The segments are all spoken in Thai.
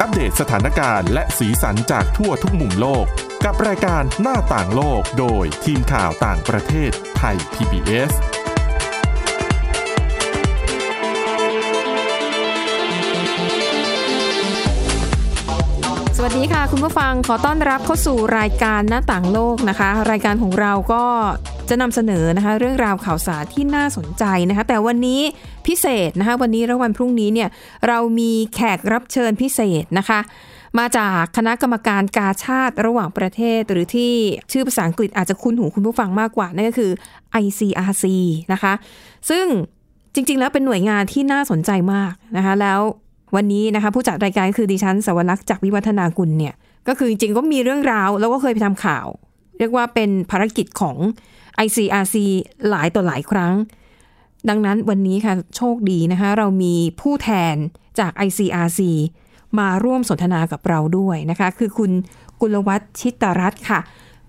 อัปเดตสถานการณ์และสีสันจากทั่วทุกมุมโลก กับรายการหน้าต่างโลกโดยทีมข่าวต่างประเทศไทย PBS สวัสดีค่ะ คุณผู้ฟังขอต้อนรับเข้าสู่รายการหน้าต่างโลกนะคะ รายการของเราก็จะนำเสนอนะคะ เรื่องราวข่าวสารที่น่าสนใจนะคะ แต่วันนี้พิเศษนะคะ วันนี้และวันพรุ่งนี้เนี่ยเรามีแขกรับเชิญพิเศษนะคะ มาจากคณะกรรมการกาชาติระหว่างประเทศ หรือที่ชื่อภาษาอังกฤษอาจจะคุ้นหูคุณผู้ฟังมากกว่านั่นก็คือ ICRC นะคะ ซึ่งจริงๆ แล้วเป็นหน่วยงานที่น่าสนใจมากนะคะ แล้ววันนี้นะคะผู้จัดรายการคือดิฉันสวรักษ์จากวิวัฒนากุลเนี่ย ก็คือจริงๆก็มีเรื่องราว แล้วก็เคยไปทำข่าว เรียกว่าเป็นภารกิจของ ICRC หลายต่อหลายครั้ง ดังนั้นวันนี้ค่ะโชคดีนะคะ เรามีผู้แทนจาก ICRC มาร่วมสนทนากับเราด้วยนะคะ คือคุณกุลวัฒน์ชิตรัตน์ค่ะ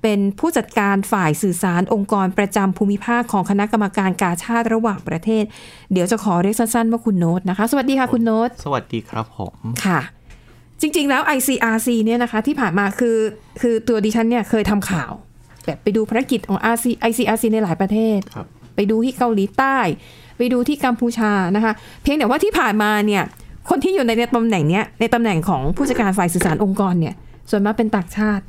เป็นผู้จัดการฝ่ายสื่อสารองค์กรประจำภูมิภาคของคณะกรรมการกาชาติระหว่างประเทศ เดี๋ยวจะขอเรียกสั้นๆว่าคุณโน้ตนะคะ สวัสดีค่ะคุณโน้ต สวัสดีครับผม ค่ะ จริงๆแล้ว ICRC เนี่ยนะคะ ที่ผ่านมาคือคือตัวดิฉันเนี่ยเคยทำข่าว แบบไปดูภารกิจของ RC ICRC ในหลายประเทศ ครับ ไปดูที่เกาหลีใต้ ไปดูที่กัมพูชานะคะ เพียงแต่ว่าที่ผ่านมาเนี่ย คนที่อยู่ในตำแหน่งเนี้ยในตำแหน่งของผู้จัดการฝ่ายสื่อสารองค์กรเนี่ย ส่วนมากเป็นต่างชาติ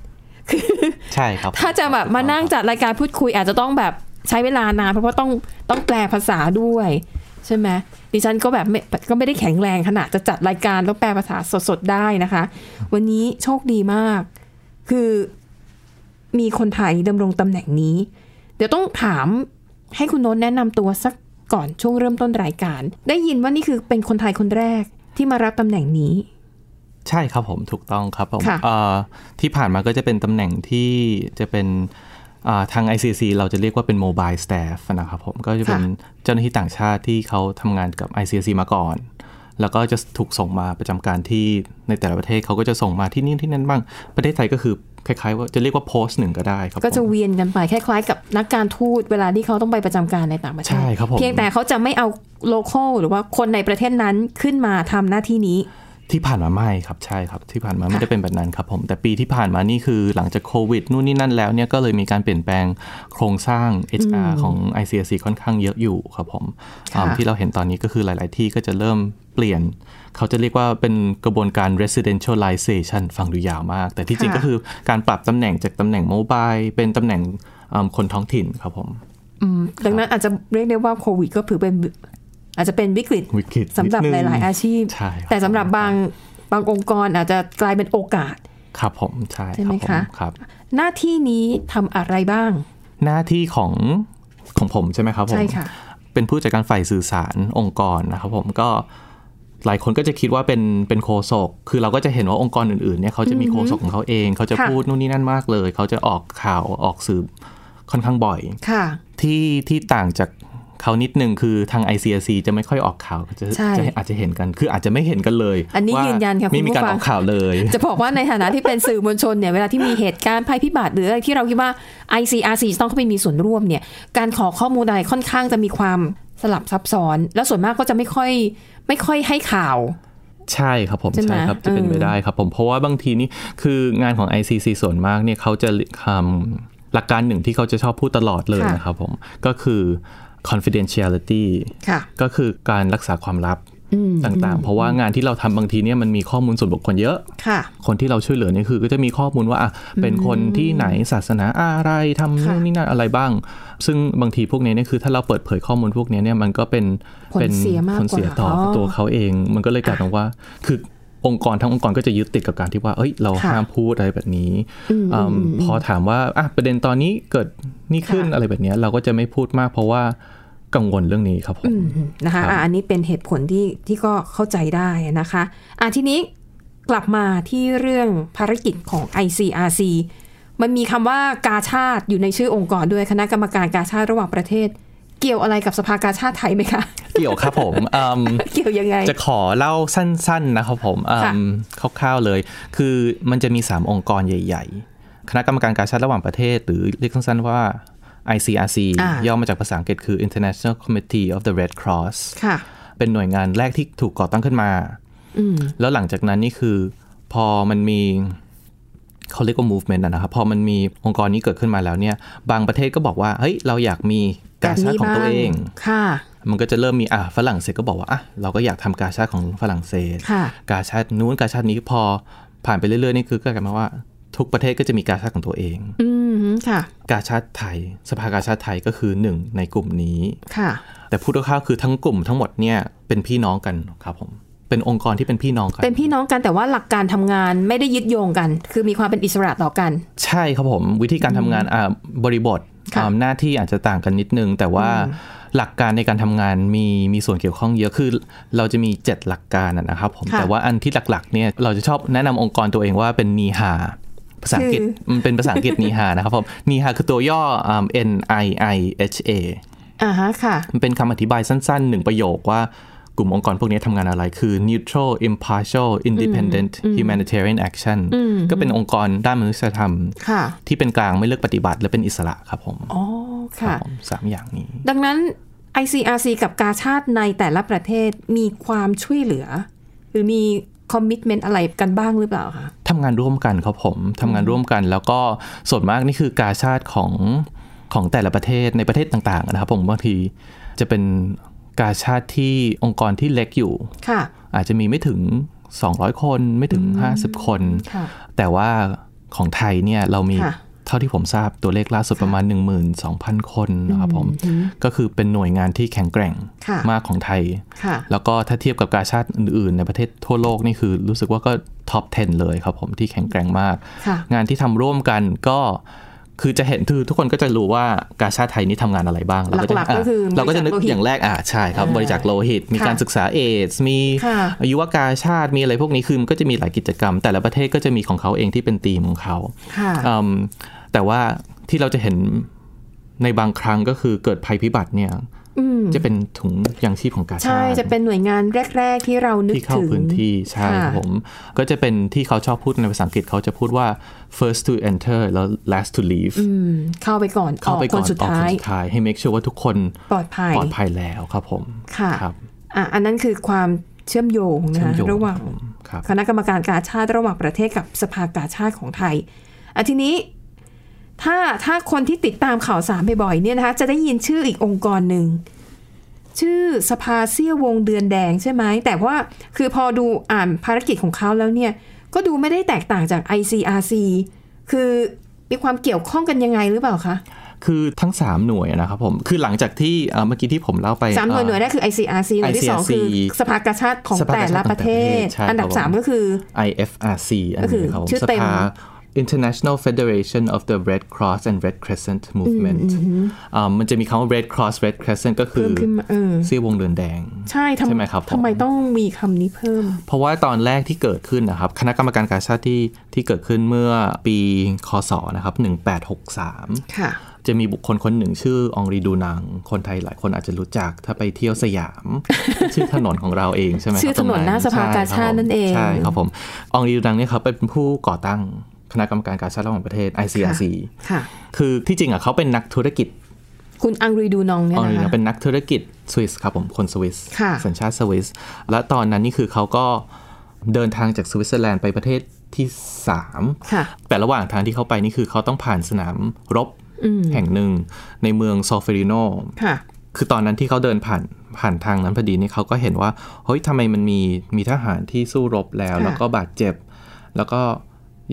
คือ ใช่ครับ ถ้าจะแบบมานั่งจัดรายการพูดคุยอาจจะต้องแบบใช้เวลานานเพราะว่าต้องต้องแปลภาษาด้วย ใช่ไหมดิฉันก็แบบไม่ก็ไม่ได้แข็งแรงขนาดจะจัดรายการแล้วแปลภาษาสดๆได้นะคะ วันนี้โชคดีมาก คือมีคนไทยดำรงตำแหน่งนี้ เดี๋ยวต้องถามให้คุณโน้นแนะนำตัวสักก่อนช่วงเริ่มต้นรายการ ได้ยินว่านี่คือเป็นคนไทยคนแรกที่มารับตำแหน่งนี้ ใช่ครับผมถูกต้องครับผม ค่ะ เอ่อที่ผ่านมาก็จะเป็นตำแหน่งที่จะเป็นอ่าทาง ICC เราจะเรียกว่าเป็น mobile staff นะครับผมก็จะเป็นเจ้าหน้าที่ต่างชาติที่เขาทำงานกับ ICC มาก่อน แล้วก็จะถูกส่งมาประจำการที่ในแต่ละประเทศเขาก็จะส่งมาที่นี่ที่นั่นบ้าง ประเทศไทยก็คือคล้ายๆ ว่าจะเรียกว่า post หนึ่งก็ได้ครับ ก็จะ ผม เวียนกันไปคล้ายๆ กับนักการทูตเวลาที่เขาต้องไปประจำการในต่างประเทศ ใช่ครับผม เพียงแต่เขาจะไม่เอาโลเคอลหรือว่าคนในประเทศนั้นขึ้นมาทำหน้าที่นี้ ที่ผ่านมาไม่ครับใช่ครับ ที่ผ่านมาไม่ได้เป็นแบบนั้นครับผม แต่ปีที่ผ่านมานี่คือหลังจากโควิดนู่นนี่นั่นแล้วเนี่ยก็เลยมีการเปลี่ยนแปลงโครงสร้าง HR ของ ICSC ค่อนข้างเยอะอยู่ครับผมอ่า ค่ะ ที่เราเห็นตอนนี้ก็คือหลาย ๆ ที่ก็จะเริ่มเปลี่ยน เขาจะเรียกว่าเป็นกระบวนการ residentialization ฟังดูยาวมาก แต่ที่จริงก็คือการปรับตำแหน่งจากตำแหน่ง mobile เป็นตำแหน่งอ่าคนท้องถิ่นครับผม อืมดังนั้นอาจจะเรียกได้ว่าโควิดก็ถือเป็น อาจจะเป็นวิกฤต วิกฤต สำหรับ นิดนึ ห ง ลาย ๆ อาชีพ ใช่ครับ แต่สำหรับบางบางองค์กรอาจจะกลายเป็นโอกาส ครับผมใช่ ใช่ไหม ครั คะ บผมครับ หน้าที่นี้ทำอะไรบ้าง หน้าที่ของของผมใช่ไหมครับผม ใช่ค่ะ เป็นผู้จัดการฝ่ายสื่อสารองค์กรนะครับผมก็หลายคนก็จะคิดว่าเป็นเป็นโคศกคือเราก็จะเห็นว่าองค์กรอื่นๆเนี่ยเขาจะมีโคศกของเขาเองเขาจะ ค่ะ พูดนู่นนี่นั่นมากเลย เขาจะออกข่าวออกสื่อค่อนข้างบ่อย ค่ะ ที่ที่ต่างจากเขานิดนึงคือทาง ICRC จะไม่ค่อยออกข่าวจะ ใช่ จะอาจจะเห็นกัน คืออาจจะไม่เห็นกันเลย อันนี้ ว่า ยืนยันค่ะคุณ ไม่มีการ ผู้ฟั อง อกข่าวเลย จะบอกว่าในฐานะที่เป็นสื่อมวลชนเนี่ยเวลาที่มีเหตุการณ์ภัยพิบัติหรืออะไรที่เราคิดว่า ICRC จะต้องเข้าไปมีส่วนร่วมเนี่ยการขอข้อมูลอะไรค่อนข้างจะมีความสลับซับซ้อน แล้วส่วนมากก็จะไม่ค่อยไม่ค่อยให้ข่าว ใช่ครับผม ใช่ไหม ใช่ครับจะเป็นเอไปอ ได้ครับผมเพราะว่าบางทีนี่คืองานของ ICC ส่วนมากเนี่ยเขาจะคำหลักการหนึ่งที่เขาจะชอบพูดตลอดเลย ค่ะ นะครับผมก็คือ confidentiality ค่ะ ก็คือการรักษาความลับต่างๆ เพราะว่างานที่เราทำบางทีเนี่ยมันมีข้อมูลส่วนบุคคลเยอะ ค่ะ คนที่เราช่วยเหลือนี่คือก็จะมีข้อมูลว่าอ่ะเป็นคนที่ไหนศาสนาอะไรทำ ค่ะ นู่นนี่นั่นอะไรบ้าง ซึ่งบางทีพวกนี้เนี่ยคือถ้าเราเปิดเผยข้อมูลพวกนี้เนี่ยมันก็เป็น ผลเสียมาก ผลเสียต่อ ว่า ตัวเขาเอง มันก็เลยกลายเป็นว่า คือองค์กรทั้งองค์กรก็จะยึดติดกับการที่ว่าเอ้ยเรา ค่ะ ห้ามพูดอะไรแบบนี้อืมพอถามว่าอ่ะประเด็นตอนนี้เกิดนี่ขึ้น ค่ะ อะไรแบบเนี้ยเราก็จะไม่พูดมากเพราะว่ากังวลเรื่องนี้ครับผม อืมนะคะอ่ะอันนี้เป็นเหตุผลที่ที่ก็เข้าใจได้นะคะอ่ะทีนี้กลับมาที่เรื่องภารกิจของ ICRC มันมีคำว่ากาชาติอยู่ในชื่อองค์กรด้วยคณะกรรมการกาชาติระหว่างประเทศ เกี่ยวอะไรกับสภากาชาติไทยไหมคะ เกี่ยวครับผมอืม เกี่ยวยังไง จะขอเล่าสั้นๆนะครับผมอืม ค่ะ คร่าวๆเลย คือมันจะมี 3 องค์กรใหญ่ๆ คณะกรรมการการชาติระหว่างประเทศ หรือเรียกสั้นๆว่า ICRC อ่า ย่อมาจากภาษาอังกฤษคือ International Committee of the Red Cross ค่ะ เป็นหน่วยงานแรกที่ถูกก่อตั้งขึ้นมา อืม แล้วหลังจากนั้นนี่คือ พอมันมีเขาเรียกว่า movement อะนะครับพอมันมีองค์กรนี้เกิดขึ้นมาแล้วเนี่ย บางประเทศก็บอกว่าเฮ้ยเราอยากมีกาชาติของตัวเอง ค่ะ มันก็จะเริ่มมีอ่ะฝรั่งเศสก็บอกว่าอ่ะเราก็อยากทำกาชาติของฝรั่งเศส ค่ะ กาชาตินู้นกาชาตินี้พอผ่านไปเรื่อยๆนี่คือก็กลายมาว่า ทุกประเทศก็จะมีกาชาติของตัวเอง อืมค่ะ กาชาติไทย สภากาชาติไทยก็คือหนึ่งในกลุ่มนี้ ค่ะ แต่พูดคร่าวๆคือทั้งกลุ่มทั้งหมดเนี่ยเป็นพี่น้องกันครับผมเป็นองค์กรที่เป็นพี่น้องกัน เป็นพี่น้องกันแต่ว่าหลักการทำงานไม่ได้ยึดโยงกัน คือมีความเป็นอิสระต่อกัน ใช่ครับผมวิธีการทำงานอ่าบริบท ค่ะ อ่าหน้าที่อาจจะต่างกันนิดนึง แต่ว่าหลักการในการทำงานมีมีส่วนเกี่ยวข้องเยอะคือเราจะมี 7 หลักการอะนะครับผม ค่ะ แต่ว่าอันที่หลักๆเนี่ยเราจะชอบแนะนำองค์กรตัวเองว่าเป็นนีฮาภาษาอังกฤษมันเป็นภาษาอังกฤษนีฮานะครับผมนีฮาคือตัวย่ออ่า N I I H A อ่าฮะค่ะ มันเป็นคำอธิบายสั้นๆหนึ่งประโยคว่ากลุ่มองค์กรพวกนี้ทำงานอะไรคือ neutral impartial independent humanitarian action ก็เป็นองค์กรด้านมนุษยธรรม ค่ะ ที่เป็นกลางไม่เลือกปฏิบัติและเป็นอิสระครับผม อ๋อ ครั ค่ะ บผมสามอย่างนี้ ดังนั้น ICRC กับกาชาติในแต่ละประเทศมีความช่วยเหลือ หรือมีคอมมิชเมนต์อะไรกันบ้างหรือเปล่าคะ ทำงานร่วมกันครับผมทำงานร่วมกัน แล้วก็ส่วนมากนี่คือกาชาติของของแต่ละประเทศในประเทศต่างๆนะครับผมบางทีจะเป็นกาชาติที่องค์กรที่เล็กอยู่ ค่ะ อาจจะมีไม่ถึง 200 คนไม่ถึง 50 คน ค่ะ แต่ว่าของไทยเนี่ยเรามี ค่ะ เท่าที่ผมทราบตัวเลขล่าสุดประมาณ 12,000 คนนะครับผมก็คือเป็นหน่วยงานที่แข็งแกร่ง ค่ะ มากของไทย ค่ะ แล้วก็ถ้าเทียบกับกาชาติอื่น ๆ ในประเทศทั่วโลกนี่คือรู้สึกว่าก็ท็อป 10 เลยครับผมที่แข็งแกร่งมาก ค่ะ งานที่ทำร่วมกันก็คือจะเห็นคือทุกคนก็จะรู้ว่ากาชาติไทยนี่ทำงานอะไรบ้างเราจะ หลักๆก็คือะ เราก็จะนึก บริจาคโลหิต อย่างแรกอ่ะใช่ครับ อ่า บริจาคโลหิต มี ค่ะ การศึกษาเอดส์มี ค่ะ อายุวกาชาติมีอะไรพวกนี้คือมันก็จะมีหลายกิจกรรม แต่ละประเทศก็จะมีของเขาเองที่เป็นธีมของเขา ค่ะ อืมแต่ว่าที่เราจะเห็นในบางครั้งก็คือเกิดภัยพิบัติเนี่ย อืม จะเป็นถุงยางชีพของกาชาติ ใช่ จะเป็นหน่วยงานแรก ๆ ที่เรานึก ที่เข้า ถึง พื้นที่ใช่ครับ ค่ะ ผม ก็จะเป็นที่เขาชอบพูดในภาษาอังกฤษเขาจะพูดว่า first to enter แล้ว last to leave อืม เข้าไปก่อนอ เข้า อก ไป ค ก่อน น สุด ออกค ท้าน ย สุดท้ายให้ make sure ว่าทุกคน ปลอดภัย ปลอดภัยแล้วครับผม ค่ะ ครับ อ่ะอันนั้นคือความเชื่อมโยงนะ เชื่อม คะ โยง ระหว่าง ครับ คณะกรรมการกาชาติระหว่างประเทศกับสภากาชาติของไทยอ่ะทีนี้ถ้าถ้าคนที่ติดตามข่าวสารบ่อยๆเนี่ยนะคะ จะได้ยินชื่ออีกองค์กรหนึ่ง ชื่อสภาเซี่ยววงเดือนแดงใช่ไหม แต่ว่าคือพอดูอ่านภารกิจของเขาแล้วเนี่ย ก็ดูไม่ได้แตกต่างจาก ICRC คือมีความเกี่ยวข้องกันยังไงหรือเปล่าคะ คือทั้ง 3 หน่วยนะครับผม คือหลังจากที่เอ่อเมื่อกี้ที่ผมเล่าไป สามหน่วยหน่วย เอ่อ แรกคือ ICRC หน่วยที่สองคือ ICRC สภากาชาติของ สภา แต่ กาชาติ ละปของแต่ละประ ระ เท เท ศ ศใช่ อันดับ ครับผม สามก็คือ IFRC อัน ก็คื นี้ อ ครับผม ชื่อ ส เต็ม ภา International Federation of the Red Cross and Red Crescent Movement อ่ามันจะมีคำว่า Red Cross Red Crescent ก็คือ เพิ่มขึ้นมาเออ เซี่ยววงเดือนแดง ใช่ทำ ใช่ไหมครับผม ทำไมต้องมีคำนี้เพิ่ม เพราะว่าตอนแรกที่เกิดขึ้นนะครับ คณะกรรมการกาชาติที่ที่เกิดขึ้นเมื่อปีคศนะครับ1863 ค่ะ จะมีบุคคลคนหนึ่งชื่อองรีดูนัง คนไทยหลายคนอาจจะรู้จักถ้าไปเที่ยวสยาม ชื่อถนนของเราเองใช่ไหมครับ ชื่อถนนหน้าสภากาชาตินั่นเอง ใช่ครับผมองรีดูนังเนี่ยครับเป็นผู้ก่อตั้งคณะกรรมการกาชาติระหว่างประเทศ ICRC ค่ะ คือที่จริงอ่ะเขาเป็นนักธุรกิจ คุณอังรีดูนองเนี่ย ออริ นะ น คะ เป็นนักธุรกิจสวิสครับผมคนสวิส ค่ะ สัญชาติสวิสและตอนนั้นนี่คือเขาก็เดินทางจากสวิตเซอร์แลนด์ไปประเทศที่ 3 ค่ะ แต่ระหว่างทางที่เขาไปนี่คือเขาต้องผ่านสนามรบแห่งหนึ่งในเมืองโซเฟริโน ค่ะ คือตอนนั้นที่เขาเดินผ่านผ่านทางนั้นพอดีนี่เขาก็เห็นว่าเฮ้ยทำไมมันมีมีทหารที่สู้รบแล้ว ค่ะ แล้วก็บาดเจ็บ แล้วก็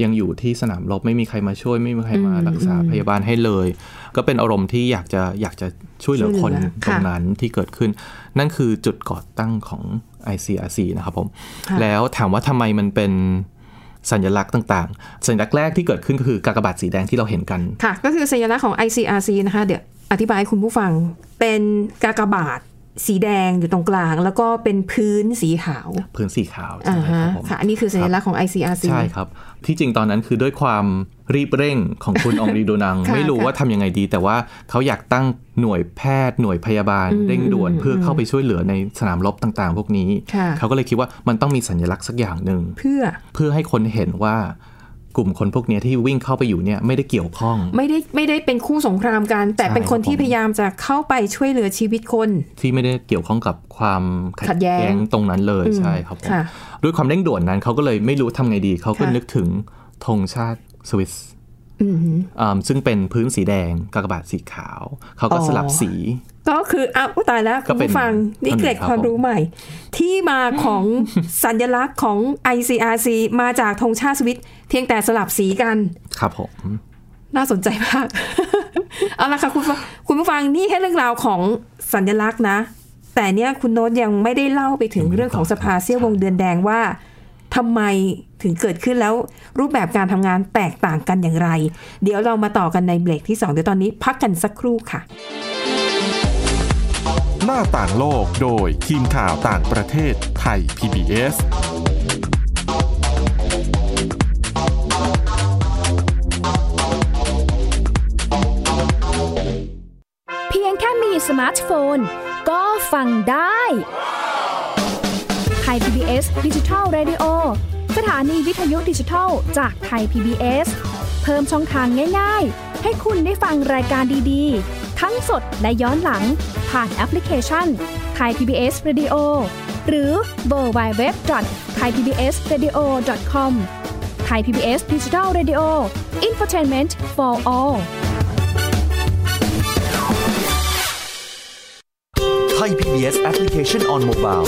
ยังอยู่ที่สนามรบไม่มีใครมาช่วยไม่มีใครมารักษาพยาบาลให้เลย ก็เป็นอารมณ์ที่อยากจะอยากจะช่วยเหลือคน ช่วยเหลือ ตรง ค่ะ นั้นที่เกิดขึ้น นั่นคือจุดก่อตั้งของ ICRC นะครับผม ค่ะ แล้วถามว่าทำไมมันเป็นสัญลักษณ์ต่างๆ สัญลักษณ์แรกที่เกิดขึ้นก็คือกากบาทสีแดงที่เราเห็นกัน ค่ะ ก็คือสัญลักษณ์ของ ICRC นะคะ เดี๋ยวอธิบายให้คุณผู้ฟัง เป็นกากบาทสีแดงอยู่ตรงกลาง แล้วก็เป็นพื้นสีขาว พื้นสีขาวใช่ อ่า ไหมค ฮะ รับผม ค่ะ อันนี้คือสัญลักษณ์ของ ICRC ใช่ครับ ที่จริงตอนนั้นคือด้วยความรีบเร่งของคุณ องรีดูนัง ค่ะ ไม่รู้ ค่ะ ว่าทำยังไงดี แต่ว่าเขาอยากตั้งหน่วยแพทย์หน่วยพยาบาลเร่งด่วนเพื่อเข้าไปช่วยเหลือในสนามรบต่างๆ พวกนี้ ค่ะ เขาก็เลยคิดว่ามันต้องมีสัญลักษณ์สักอย่างหนึ่ง เพื่อ เพื่อให้คนเห็นว่า กลุ่มคนพวกเนี้ยที่วิ่งเข้าไปอยู่เนี่ยไม่ได้เกี่ยวข้อง ไม่ได้ไม่ได้เป็นคู่สงครามกัน แต่ ใช่ เป็นคน ครับ ที่ ผม พยายามจะเข้าไปช่วยเหลือชีวิตคน ที่ไม่ได้เกี่ยวข้องกับความ ขัดแย้ง ตรงนั้นเลย อืม ใช่ครับผม ค่ะ ด้วยความเร่งด่วนนั้นเขาก็เลยไม่รู้ทำไงดี เขาก็ ค่ะ นึกถึงธงชาติสวิส อืม อ่าซึ่งเป็นพื้นสีแดงกากบาทสีขาว เขาก็ อ๋อ สลับสี ก็คืออ้าวตายแล้ว ก็ คุณ เป็น ผู้ฟังนี่เกร็ด อันหนึ่งครับ ความรู้ใหม่ ที่มาของ สัญลักษณ์ของ ICRC มาจากธงชาติสวิตเพียงแต่สลับสีกัน ครับผม น่าสนใจมาก เอาละค่ะคุณผู้คุณผู้ฟังนี่แค่เรื่องราวของสัญลักษณ์นะ แต่เนี่ยคุณโน้ตยังไม่ได้เล่าไปถึงเรื่องของสภาเสี้ยววงเดือนแดงว่าทำไมถึงเกิดขึ้นแล้วรูปแบบการทำงานแตกต่างกันอย่างไร เดี๋ยวเรามาต่อกันในเบรกที่สองเดี๋ยวตอนนี้พักกันสักครู่ค่ะ หน้าต่างโลกโดยทีมข่าวต่างประเทศไทย PBS เพียงแค่มีสมาร์ทโฟน ก็ฟังได้ไทย PBS ดิจิทัล Radio สถานีวิทยุดิจิทัลจากไทย PBS เพิ่มช่องทางง่าย ๆ ให้คุณได้ฟังรายการดีๆ ทั้งสดและย้อนหลัง ผ่านแอปพลิเคชันไทย PBS Radio หรือเวอร์ไบเว็บไทยพีบีเอสเรดิโอคอมไทยพีบีเอสดิจิทัลเรดิโออินฟอร์ทนเมนต์ for all ไทย PBS Application on Mobile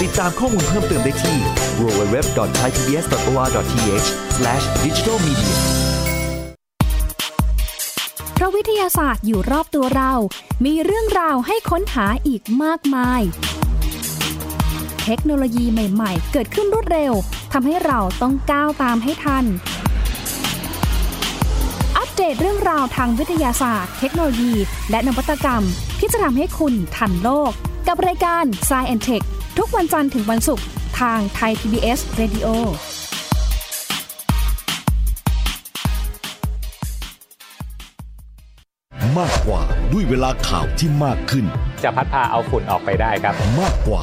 ติดตามข้อมูลเพิ่มเติมได้ที่ www.thaipbs.or.th/digitalmedia เพราะวิทยาศาสตร์อยู่รอบตัวเรา มีเรื่องราวให้ค้นหาอีกมากมาย เทคโนโลยีใหม่ ๆ เกิดขึ้นรวดเร็ว ทำให้เราต้องก้าวตามให้ทัน อัปเดตเรื่องราวทางวิทยาศาสตร์ เทคโนโลยี และนวัตกรรม ที่จะทำให้คุณทันโลก กับรายการ s c i e n t e c h ทุกวันจันทร์ถึงวันศุกร์ทางไทย PBS Radio มากกว่าด้วยเวลาข่าวที่มากขึ้น จะพัดพาเอาฝุ่นออกไปได้ครับ มากกว่า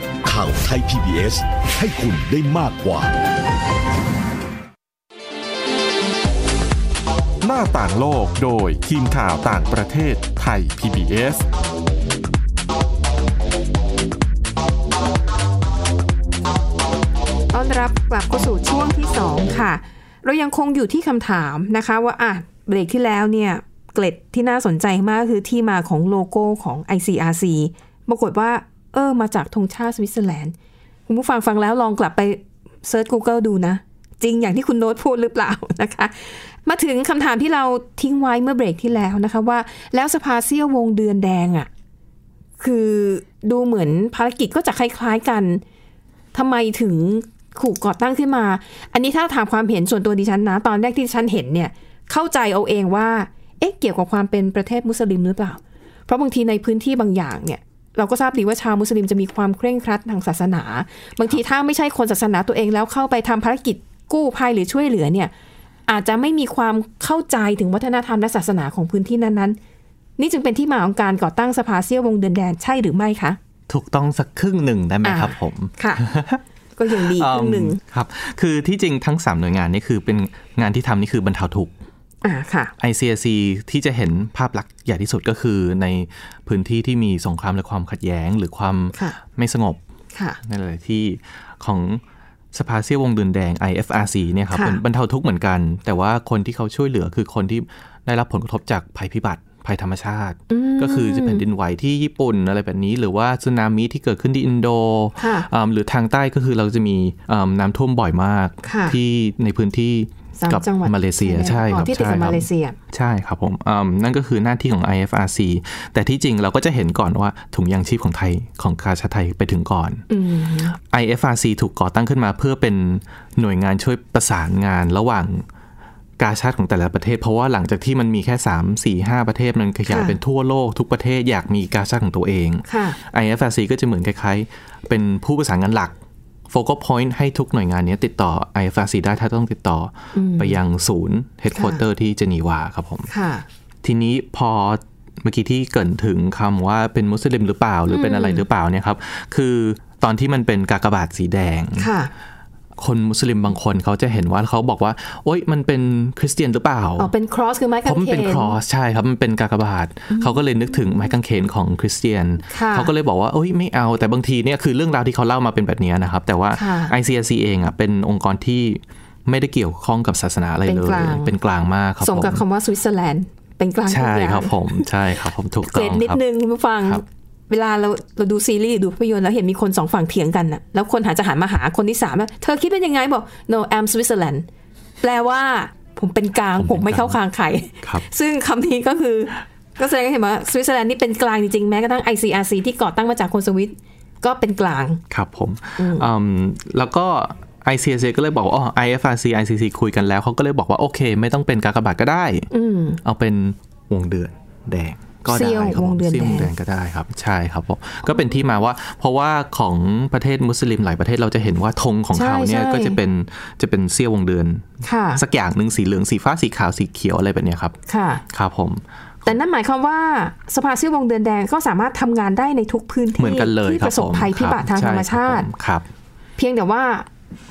ข่าวไทย PBS ให้คุณได้มากกว่า หน้าต่างโลกโดยทีมข่าวต่างประเทศไทย PBS ต้อนรับกลับเข้าสู่ช่วงที่ 2 ค่ะ เรายังคงอยู่ที่คำถามนะคะว่าอ่ะเบรกที่แล้วเนี่ยเกล็ดที่น่าสนใจมากคือที่มาของโลโก้ของ ICRC ปรากฏว่า เออ มาจากธงชาติสวิตเซอร์แลนด์ คุณผู้ฟังฟังแล้วลองกลับไปเซิร์ช Google ดูนะ จริงอย่างที่คุณโน้ตพูดหรือเปล่า นะคะ มาถึงคำถามที่เราทิ้งไว้เมื่อเบรกที่แล้วนะคะว่า แล้วสภาเซียววงเดือนแดงอะ่ะคือดูเหมือนภารกิจก็จะคล้ายๆกัน ทำไมถึงถูกก่อตั้งขึ้นมา อันนี้ถ้าถามความเห็นส่วนตัวดิฉันนะ ตอนแรกที่ดิฉันเห็นเนี่ย เข้าใจเอาเองว่า เอ๊ะ เกี่ยวกับความเป็นประเทศมุสลิมหรือเปล่า เพราะบางทีในพื้นที่บางอย่างเนี่ย เราก็ทราบดีว่าชาวมุสลิมจะมีความเคร่งครัดทางศาสนา บางทีถ้าไม่ใช่คนศาสนาตัวเองแล้วเข้าไปทำภารกิจกู้ภัยหรือช่วยเหลือเนี่ย อาจจะไม่มีความเข้าใจถึงวัฒนธรรมและศาสนาของพื้นที่นั้นๆ นี่จึงเป็นที่มาของการก่อตั้งสภาเซี่ยววงเดือนแดนใช่หรือไม่คะ ถูกต้องสักครึ่งหนึ่งได้ไหม อ่า ครับผม ค่ะ ก็ยังดีครึ่งหนึ่ง อืมครับ คือที่จริงทั้ง 3 หน่วยงานนี่คือเป็นงานที่ทำนี่คือบรรเทาทุกข์ อ่าค่ะ ICRC ที่จะเห็นภาพลักษณ์ใหญ่ที่สุดก็คือในพื้นที่ที่มีสงครามหรือความขัดแย้ง หรือความ ค่ะ ไม่สงบ ค่ะ ในหลายๆที่ของสภาเซียวงเดือนแดง IFRC เนี่ยครับ ค่ะ เป็นบรรเทาทุกข์เหมือนกัน แต่ว่าคนที่เขาช่วยเหลือคือคนที่ได้รับผลกระทบจากภัยพิบัติ ภัยธรรมชาติ อืม ก็คือจะแผ่นดินไหวที่ญี่ปุ่นอะไรแบบนี้ หรือว่าสึนามิที่เกิดขึ้นที่อินโด ค่ะ อืมหรือทางใต้ก็คือเราจะมีอืมน้ำท่วมบ่อยมาก ค่ะ ที่ในพื้นที่ สาม กับ จังหวัด มาเลเซีย ชายแดนอ๋ใช่ค อ รับ ที่ติดกับ ใช่ครับ มาเลเซีย ใช่ครับผมอืมนั่นก็คือหน้าที่ของ IFRC แต่ที่จริงเราก็จะเห็นก่อนว่าถุงยางชีพของไทยของกาชาติไทยไปถึงก่อน อืม IFRC ถูกก่อตั้งขึ้นมาเพื่อเป็นหน่วยงานช่วยประสานงานระหว่างกาชาติของแต่ละประเทศ เพราะว่าหลังจากที่มันมีแค่ 3 4 5 ประเทศ มันขยาย ค่ะ เป็นทั่วโลกทุกประเทศอยากมีกาชาติของตัวเอง ค่ะ IFRC ก็จะเหมือนคล้ายๆ เป็นผู้ประสานงานหลัก Focal Point ให้ทุกหน่วยงานเนี้ยติดต่อ IFRC ได้ถ้าต้องติดต่ออไปยังศูนย์ Headquarter ที่เจนีวาครับผม ค่ะ ทีนี้พอเมื่อกี้ที่เกรินถึงคำว่าเป็นมุสลิมหรือเปล่า หรือเป็นอะไรหรือเปล่าเนี่ยครับ คือตอนที่มันเป็นกากบาทสีแดง ค่ะ คนมุสลิมบางคนเขาจะเห็นว่าเขาบอกว่า โอ๊ยมันเป็นคริสเตียนหรือเปล่า อ๋อ เป็นครอสคือไม้ เพ กาง ราะมัน เข เป็น น ครอสใช่ครับ มันเป็นกากบาท เขาก็เลยนึกถึงไม้กางเขนของคริสเตียน ค่ะ เขาก็เลยบอกว่าเอ้ยไม่เอาแต่บางทีเนี่ยคือเรื่องราวที่เขาเล่ามาเป็นแบบเนี้ยนะครับ แต่ว่า ค่ะ ICRC เองอ่ะเป็นองค์กรที่ไม่ได้เกี่ยวข้องกับศาสนาอะไร เป็น เลย กลาง เป็นกลางมากครับ สมกับ ผม คำว่าสวิตเซอร์แลนด์เป็นกลางทุก ใช่ อย่าง ครับผมใช่ครับผมถูกต้ เก อ รงดนิด ครับ นึงคุณผู้ฟัง ครับ เวลาเราเราดูซีรีส์ดูภาพยนตร์แล้วเห็นมีคนสองฝั่งเถียงกันน่ะแล้วคนหาจะหันมาหาคนที่สามว่าเธอคิดเป็นยังไงบอก no I'm Switzerland แปลว่าผมเป็นกลางผมไม่เข้าข้างใคร ครับ ซึ่งคำนี้ก็คือ ก็แสดงให้เห็นว่าสวิตเซอร์แลนด์นี่เป็นกลางจริงๆ แม้กระทั่ง ICRC ที่ก่อตั้งมาจากคนสวิตก็เป็นกลาง ครับผมอืมแล้วก็ ICC ก็เลยบอกว่าอ๋อ IFRC ICC คุยกันแล้วเขาก็เลยบอกว่า โอเค ไม่ต้องเป็นกากบาทก็ได้ อืม เอาเป็นวงเดือนแดงก็ เสี้ ได้ ยว ครับผม วงเดือน เสี้ยววง แด เดื ง อนก็ได้ครับ ใช่ครับผมก็เป็นที่มาว่า เพราะว่าของประเทศมุสลิมหลายประเทศเราจะเห็นว่าธงของเขาเนี่ยก็จะเป็นจะเป็นเสี้ยววงเดือน ค่ะ สักอย่างหนึ่งสีเหลืองสีฟ้าสีขาวสีเขียวอะไรแบบเนี้ยครับ ค่ะ ครับผม แต่นั่นหมายความว่าสภาซิ่ววงเดือนแดงก็สามารถทำงานได้ในทุกพื้นที่ เหมือนกันเลย ที่ ครั ป บ ระส ผ บ ม ภัยพิบัติทาง ค ธร บ รมชาติ ใครับ เพียงแต่ว่า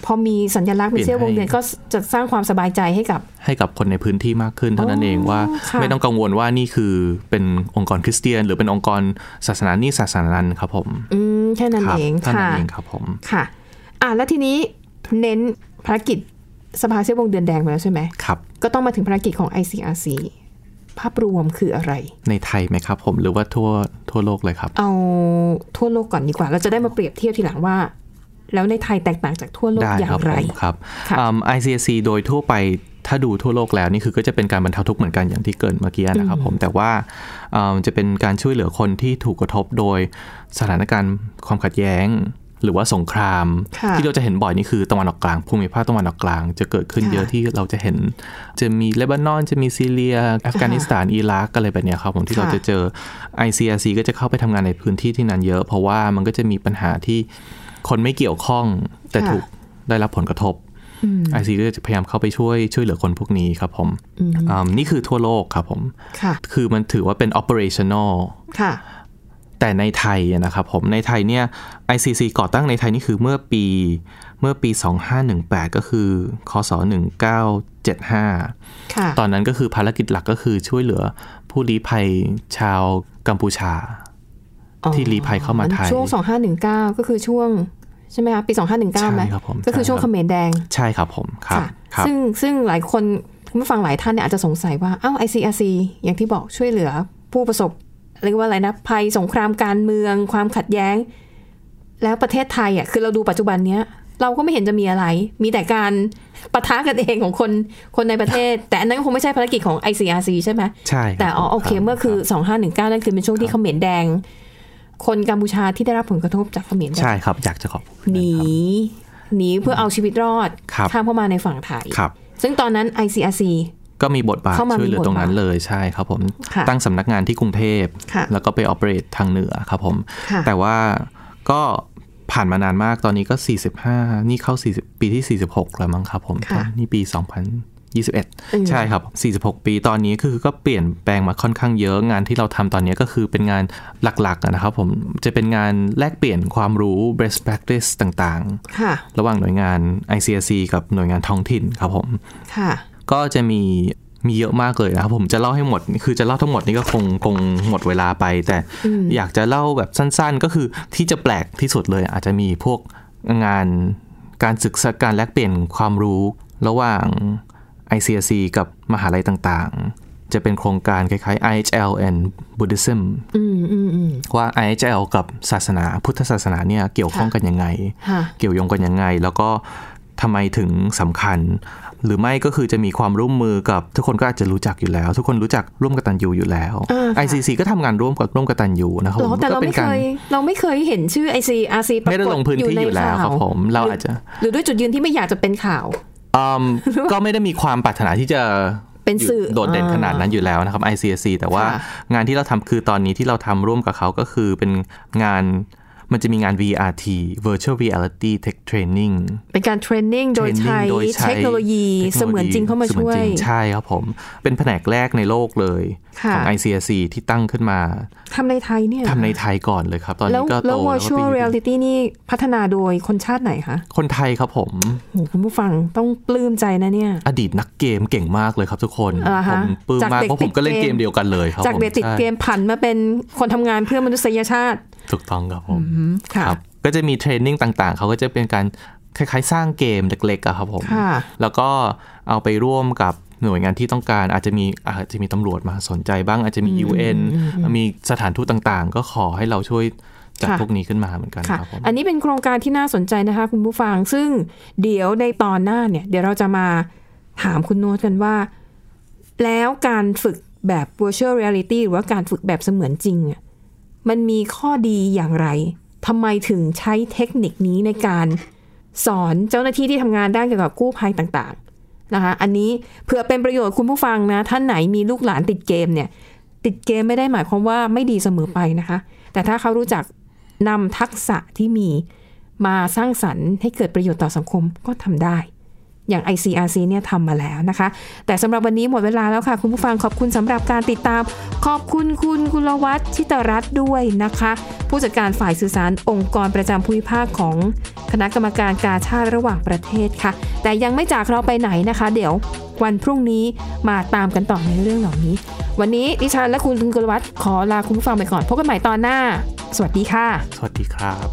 พอมีสัญลักษณ์เป็น เปลี่ยน เสี้ยววงเดือน ให้ ก็จะสร้างความสบายใจให้กับ ให้กับคนในพื้นที่มากขึ้นเท่านั้นเองว่า ค่ะ ไม่ต้องกังวลว่านี่คือเป็นองค์กรคริสเตียน หรือเป็นองค์กรศาสนานี่ศาสนานั้นครับผม อืมแค่นั้น ครับ เอง เท่านั้ ค่ะ นเองครับผม ค่ะ อ่ะแล้วทีนี้เน้นภารกิจสภาซิ่ววงเดือนแดงไปแล้วใช่ไหม ครับ ก็ต้องมาถึงภารกิจของ ICRC ภาพรวมคืออะไร ในไทยไหมครับผมหรือว่าทั่วทั่วโลกเลยครับ เอาทั่วโลกก่อนดีกว่า เราจะได้มาเปรียบเทียบทีหลังว่า แล้วในไทยแตกต่างจากทั่วโลก ได้ อย่า ครั งไร ผมครับ ค่ะ อืม ICSC โดยทั่วไปถ้าดูทั่วโลกแล้วนี่คือก็จะเป็นการบรรเทาทุกข์เหมือนกันอย่างที่เกรินเมื่อกี้นะครับผมแต่ว่าอืมจะเป็นการช่วยเหลือคนที่ถูกกระทบโดยสถานการณ์ความขัดแย้ง หรือว่าสงคราม ค่ะ ที่เราจะเห็นบ่อยนี่คือตะวันออกกลางภูมิภาคตะวันออกกลาง จะเกิดขึ้น ค่ะ เยอะที่เราจะเห็น จะมีเลบานอนจะมีซีเรี ยอัฟกานิสถานอิรักอะไรแบบเนี้ยครับผมที่เรา ค่ะ จะเจอ ICRC ก็จะเข้าไปทำงานในพื้นที่ที่นั้นเยอะ เพราะว่ามันก็จะมีปัญหาที่คนไม่เกี่ยวข้องแต่ ค่ะ ถูก ได้รับผลกระทบไอซีก็จะพยายามเข้าไปช่วยช่วยเหลือคนพวกนี้ครับผมอ่านี่คือทั่วโลกครับผม ค่ะ คือมันถือว่าเป็น operational ค่ะ แต่ในไทยอะนะครับผม ในไทยเนี่ย ICC ก่อตั้งในไทยนี่คือเมื่อปีเมื่อปี 2518 ก็คือคศ1975 ค่ะ ตอนนั้นก็คือภารกิจหลักก็คือช่วยเหลือผู้ลี้ภัยชาวกัมพูชา อ๋อ ที่ลี้ภัยเข้ามาไทย ช่วง 2519 ก็คือช่วง ใช่ไหมคะปี 2519ไหม ใช่ครับผม ก็คือช่วง ใช่ เข ครับ มรแดง ใช่ครับผมครับ ค่ะ ครับ ซึ่งซึ่งหลายคนคุณผู้ฟังหลายท่านเนี่ยอาจจะสงสัยว่าอ้าว ICRC อย่างที่บอกช่วยเหลือ ผู้ประสบเรียกว่าอะไรนะภัยสงครามการเมือง ความขัดแย้ง แล้วประเทศไทยอ่ะคือเราดูปัจจุบันเนี้ย เราก็ไม่เห็นจะมีอะไร มีแต่การปะทะกันเองของคนคนในประเทศ แต่อันนั้นก็คงไม่ใช่ภารกิจของ ICRC ใช่ไหม ใช่ครับ แต่อ๋อ ผม โอเค รับ เมื่อคือ 2519 นั่นคือเป็นช่วงที่เขมรแดง คนกัมพูชาที่ได้รับผลกระทบจากเขมรแด ใช่ ง ครับอยากจะขอบคุณ หนี ครับ หนีเพื่อเอาชีวิตรอด ครับ ข้ามเข้ามาในฝั่งไทย ครับ ซึ่งตอนนั้น ICRC ก็มีบทบาท เข้ามา ช่วยเหลือตรงนั้น มีบทบาท เลยใช่ครับผม ค่ะ ตั้งสำนักงานที่กรุงเทพ ค่ะ แล้วก็ไปออ e เปรตทางเหนือครับผม ค่ะ แต่ว่าก็ผ่านมานานมากตอนนี้ก็ 45 นี่เข้า 40 ปีที่ 46 แล้วมั้งครับผม ค่ะ นี่ปี 2021 ใช่ครับ 46 ปีตอนนี้คือก็เปลี่ยนแปลงมาค่อนข้างเยอะงานที่เราทำตอนนี้ก็คือเป็นงานหลักๆอะนะครับผมจะเป็นงานแลกเปลี่ยนความรู้ best practice ต่าง ค่ะ ๆ ระหว่างหน่วยงาน ICRC กับหน่วยงานท้องถิ่นครับผม ค่ะ ก็จะมีมีเยอะมากเลยนะครับผมจะเล่าให้หมด คือจะเล่าทั้งหมดนี่ก็คงคงหมดเวลาไป แต่อยากจะเล่าแบบสั้นๆ ก็คือที่จะแปลกที่สุดเลย อาจจะมีพวกงานการศึกษาการแลกเปลี่ยนความรู้ระหว่าง ICRC กับมหาลัยต่าง จะเป็นโครงการคล้ายๆ IHL and Buddhism อืมอืมอืม ว่า IHL กับศาสนาพุทธศาสนาเนี่ยเกี่ยวข้องกันยังไง ค่ะ เกี่ยวโยงกันยังไง แล้วก็ทำไมถึงสำคัญ หรือไม่ก็คือจะมีความร่วมมือกับทุกคนก็อาจจะรู้จักอยู่แล้ว ทุกคนรู้จักร่วมกตันยูอยู่แล้ว อ่าค่ะ ICC ก็ทำงานร่วมกับร่วมกตันยูนะครับ เหร ผ อ ม แต่เรา ก็ ไม่เคยเราไม่เคยเห็นชื่อไอซีอาซีปรา ไม่ได้ กฏ ลงพื้นที่อยู่แล้วครับผมเราอาจจะ หรือด้วยจุดยืนที่ไม่อยากจะเป็นข่าว อืมก็ไม่ได้มีความปรารถนาที่จะ เป็นสื่อ โดดเด่น อ่า ขนาดนั้นอยู่แล้วนะครับ ICC แต่ว่า ค่ะ งานที่เราทำคือตอนนี้ที่เราทำร่วมกับเขาก็คือเป็นงานมันจะมีงาน VRT Virtual Reality Tech Training เป็นการเทรนนิ่งโดยใช้ training โดยใช้ เทคโนโลยีเสมือนจริงเข้ามา ส ช่ อน วย จริงใช่ครับผม เป็นแผนกแรกในโลกเลย ค่ะ ของ ICSC ที่ตั้งขึ้นมา ทำในไทยเนี่ย ทำในไทยก่อนเลยครับ ตอน แล้ว นี้ก็โต แล้ว virtual ไปอยู่ reality นี่พัฒนาโดยคนชาติไหนคะ คนไทยครับผม โหคุณผู้ฟังต้องปลื้มใจนะเนี่ย อดีตนักเกมเก่งมากเลยครับทุกคน อ่า ผ ฮะ มปลื้ม จาก มาก เด็ก เพราะผมก็เล่น ติดเกมเกมเดียวกันเลยครับ จาก ผม เด็กติด ใช่ เกมผันมาเป็นคนทำงานเพื่อมนุษยชาติ ถูกต้องครับผม อืมค่ะ ครับก็จะมีเทรนนิ่งต่างๆ เขาก็จะเป็นการคล้ายๆ สร้างเกมเล็กๆอะครับผม ค่ะ แล้วก็เอาไปร่วมกับหน่วยงานที่ต้องการ อาจจะมีอาจจะมีตำรวจมาสนใจบ้าง อาจจะมี UN มีสถานทูตต่างๆ ก็ขอให้เราช่วยจัด ค่ะ พวกนี้ขึ้นมาเหมือนกัน ค่ะ ครับผม อันนี้เป็นโครงการที่น่าสนใจนะคะ คุณผู้ฟัง ซึ่งเดี๋ยวในตอนหน้าเนี่ย เดี๋ยวเราจะมาถามคุณโน้ตกันว่า แล้วการฝึกแบบ virtual reality หรือว่าการฝึกแบบเสมือนจริงอะมันมีข้อดีอย่างไรทำไมถึงใช้เทคนิคนี้ในการสอนเจ้าหน้าที่ที่ทำงานด้านเกี่ยวกับกู้ภัยต่างๆนะคะ อันนี้เผื่อเป็นประโยชน์คุณผู้ฟังนะ ท่านไหนมีลูกหลานติดเกมเนี่ย ติดเกมไม่ได้หมายความว่าไม่ดีเสมอไปนะคะ แต่ถ้าเขารู้จัก นำทักษะที่มีมาสร้างสรรค์ให้เกิดประโยชน์ต่อสังคมก็ทำได้ อย่าง ICRC เนี่ยทำมาแล้วนะคะ แต่สำหรับวันนี้หมดเวลาแล้วค่ะ คุณผู้ฟังขอบคุณสำหรับการติดตาม ขอบคุณคุณกุลวัฒน์ชิตรัตน์ด้วยนะคะ ผู้จัดการฝ่ายสื่อสารองค์กรประจำภูมิภาคของคณะกรรมการการชาติระหว่างประเทศค่ะ แต่ยังไม่จากเราไปไหนนะคะ เดี๋ยววันพรุ่งนี้มาตามกันต่อในเรื่องเหล่านี้ วันนี้ดิฉันและคุณกุลวัฒน์ขอลาคุณผู้ฟังไปก่อนพบกันใหม่ตอนหน้า สวัสดีค่ะ สวัสดีครับ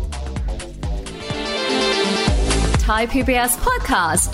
Thai PBS podcast.